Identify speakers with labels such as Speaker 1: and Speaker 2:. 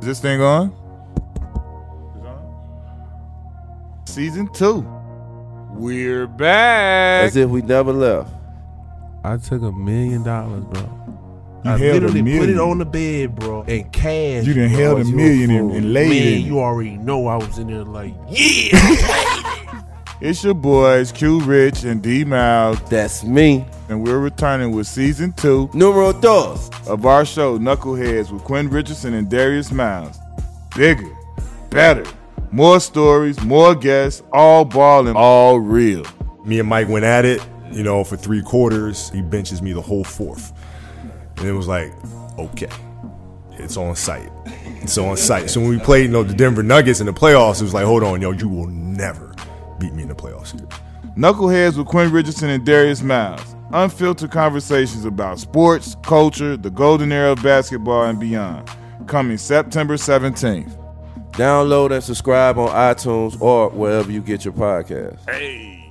Speaker 1: Is this thing on? Season two. We're back.
Speaker 2: As if we never left.
Speaker 3: I took a million dollars, bro.
Speaker 1: You
Speaker 3: I
Speaker 1: held a
Speaker 3: literally
Speaker 1: million.
Speaker 3: put it on the bed, bro, and cash.
Speaker 1: You done held a million and, and laid in
Speaker 3: Man,
Speaker 1: it.
Speaker 3: you already know I was in there like, yeah.
Speaker 1: It's your boys Q Rich and D Miles,
Speaker 2: That's me.
Speaker 1: and we're returning with season two
Speaker 2: Numero dos.
Speaker 1: of our show Knuckleheads with Quinn Richardson and Darius Miles. Bigger, better, more stories, more guests, all ball and all real.
Speaker 4: Me and Mike went at it, you know, for three quarters. He benches me the whole fourth. And it was like, okay, it's on site. It's on site. So when we played, you know, the Denver Nuggets in the playoffs, it was like, hold on, yo, you will never beat me in the playoffs here.
Speaker 1: Knuckleheads with Quinn Richardson and Darius Miles. Unfiltered conversations about sports, culture, the golden era of basketball, and beyond. Coming September 17th.
Speaker 2: Download and subscribe on iTunes or wherever you get your podcast.
Speaker 1: Hey.